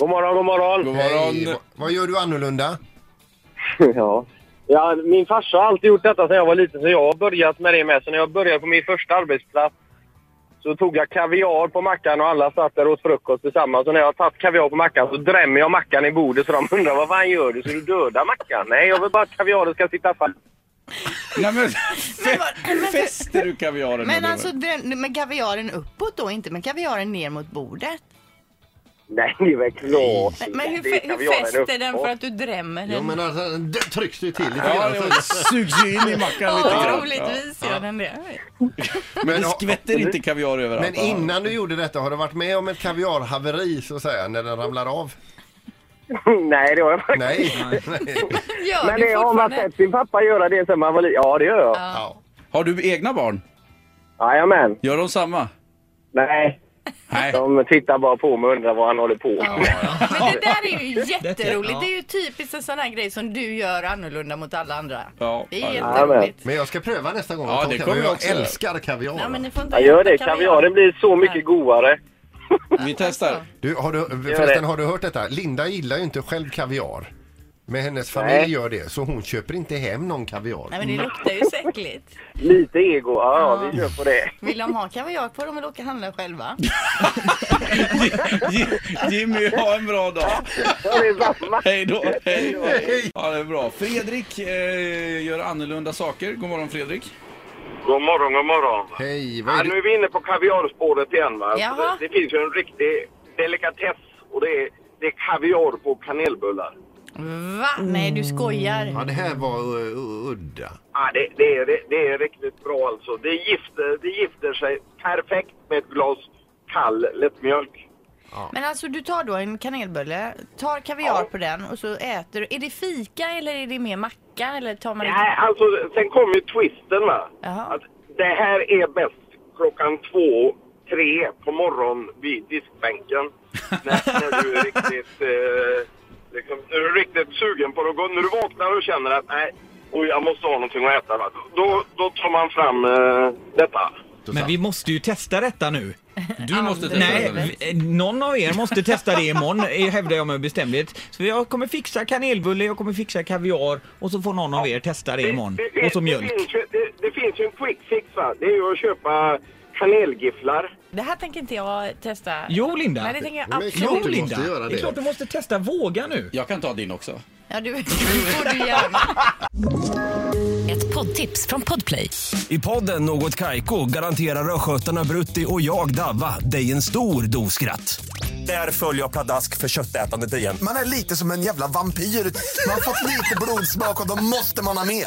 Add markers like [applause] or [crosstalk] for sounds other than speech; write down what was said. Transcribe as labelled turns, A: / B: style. A: God morgon, god morgon.
B: God
C: Hej,
B: morgon.
C: va- vad gör du annorlunda?
A: [laughs] Ja. ja, min farsa har alltid gjort detta sedan jag var liten, så jag har börjat med det med. Så när jag började på min första arbetsplats så tog jag kaviar på mackan och alla satt där och åt frukost tillsammans. Och när jag har tagit kaviar på mackan så drämmer jag mackan i bordet så de undrar vad fan gör du? Ska du döda mackan? Nej, jag vill bara att kaviaren ska sitta fast.
B: Nej, men,
D: Men vad- men-
B: fäster du kaviaren
D: Men
B: under?
D: alltså den- med kaviaren uppåt då, inte med kaviaren ner mot bordet?
A: Nej, det är väl klart.
E: Men hur,
A: Det är
E: fe- hur
A: kaviaren
E: fäster den
A: uppåt.
E: för att du drämmer
C: Jo
E: den?
C: men alltså, den trycks ju till lite
B: Ja,
C: grann.
B: det sugs ju in i mackan lite
E: Ja,
B: grann.
E: roligtvis gör den det.
C: Men,
B: Det skvätter inte kaviar överallt.
C: men innan du gjorde detta, har du varit med om ett kaviarhaveri så att säga, när den ramlar av?
A: [laughs] Nej, det har jag faktiskt
C: Nej. Nej.
E: Gör
A: [laughs] Men
E: det
A: det har man
E: fortfarande?
A: sett sin pappa göra det sen man var liten. Ja, det gör jag.
C: [laughs] Ja.
B: Har du egna barn?
A: Jajamän.
B: Gör de samma?
A: Nej,
B: Nej.
A: de tittar bara på mig och undrar vad han håller på med.
E: Men det där är ju jätteroligt. Det är ju typiskt en sån här grej som du gör annorlunda mot alla andra.
B: Ja,
E: Det
B: ja,
E: är
B: det-
E: jätteroligt.
C: Men jag ska pröva nästa gång.
B: Ja,
C: att ta
B: det
C: kaviar.
B: kommer jag
C: jag
B: också göra.
C: älskar kaviar.
E: Ja, men ni får inte
A: Ja, gör
E: äta
A: det.
E: kaviar.
A: Kaviaren blir så mycket godare.
B: Vi testar. [laughs]
C: Du, har du, förresten,
A: det.
C: har du hört detta? Linda gillar ju inte själv kaviar. Men hennes familj
A: Nej.
C: gör det, så hon köper inte hem någon kaviar.
E: Nej, men det luktar ju säkert.
A: Lite ego. Ja, ja, vi kör på [laughs] det.
D: Vill de ha kaviar får de väl åka och handla själva.
B: Ji- Jimmy, ha en bra dag.
A: Ja, det är samma.
B: Hej då. Hej. Ja, det är bra. Fredrik eh, gör annorlunda saker. God morgon Fredrik.
A: God morgon, god morgon.
C: Hej, vad
A: Ja,
C: är
A: nu
C: det?
A: är vi inne på kaviarspåret igen. Va? Alltså,
E: Jaha.
A: Det, det finns ju en riktig delikatess och det är, det är kaviar på kanelbullar.
E: Va?
D: Nej, du skojar.
C: Ja, det här var uh, uh, udda.
A: Ja, det, det, är, det, det är riktigt bra alltså. Det gifter, det gifter sig perfekt med ett glas kall lättmjölk.
D: Men alltså du tar då en kanelbulle, tar kaviar på den och så äter du. Är det fika eller är det mer macka eller tar man
A: Nej, alltså sen kommer ju twisten va.
D: Jaha.
A: Att det här är bäst klockan två, tre på morgonen vid diskbänken.
F: [laughs]
A: när, när du är riktigt, eh, liksom, när du är riktigt sugen på att gå. När du vaknar och känner att nej, oj, jag måste ha någonting att äta. Va? Då, då tar man fram eh, detta.
F: Men vi måste ju testa detta nu.
B: Du måste testa.
F: Nej,
B: Fredrik.
F: vi- någon av er måste testa det imorgon, [laughs] eh, hävdar jag med bestämdhet. Så jag kommer fixa kanelbulle, jag kommer fixa kaviar och så får någon av er testa det imorgon.
A: Det- det-
F: Och så
A: Det
F: mjölk.
A: finns, ju, det, det finns ju en quick fix va. Det är ju att köpa kanelgifflar.
E: Det här tänker inte jag testa.
F: Jo, Linda.
E: Nej, det tänker jag
C: Men det är
E: absolut
C: klart
F: Jo,
C: du
F: Linda.
C: måste göra
F: Det är
C: det.
F: klart du måste testa. Våga nu.
B: Jag kan ta din också.
D: Ja, du, [laughs] det får du gärna.
G: Ett poddtips från Podplay.
H: I podden Något Kaiko garanterar östgötarna Brutti och jag, Davva, dig en stor dos skratt. Där följer jag pladask för köttätandet igen.
I: Man är lite som en jävla vampyr. Man har fått lite blodsmak och då måste man ha mer.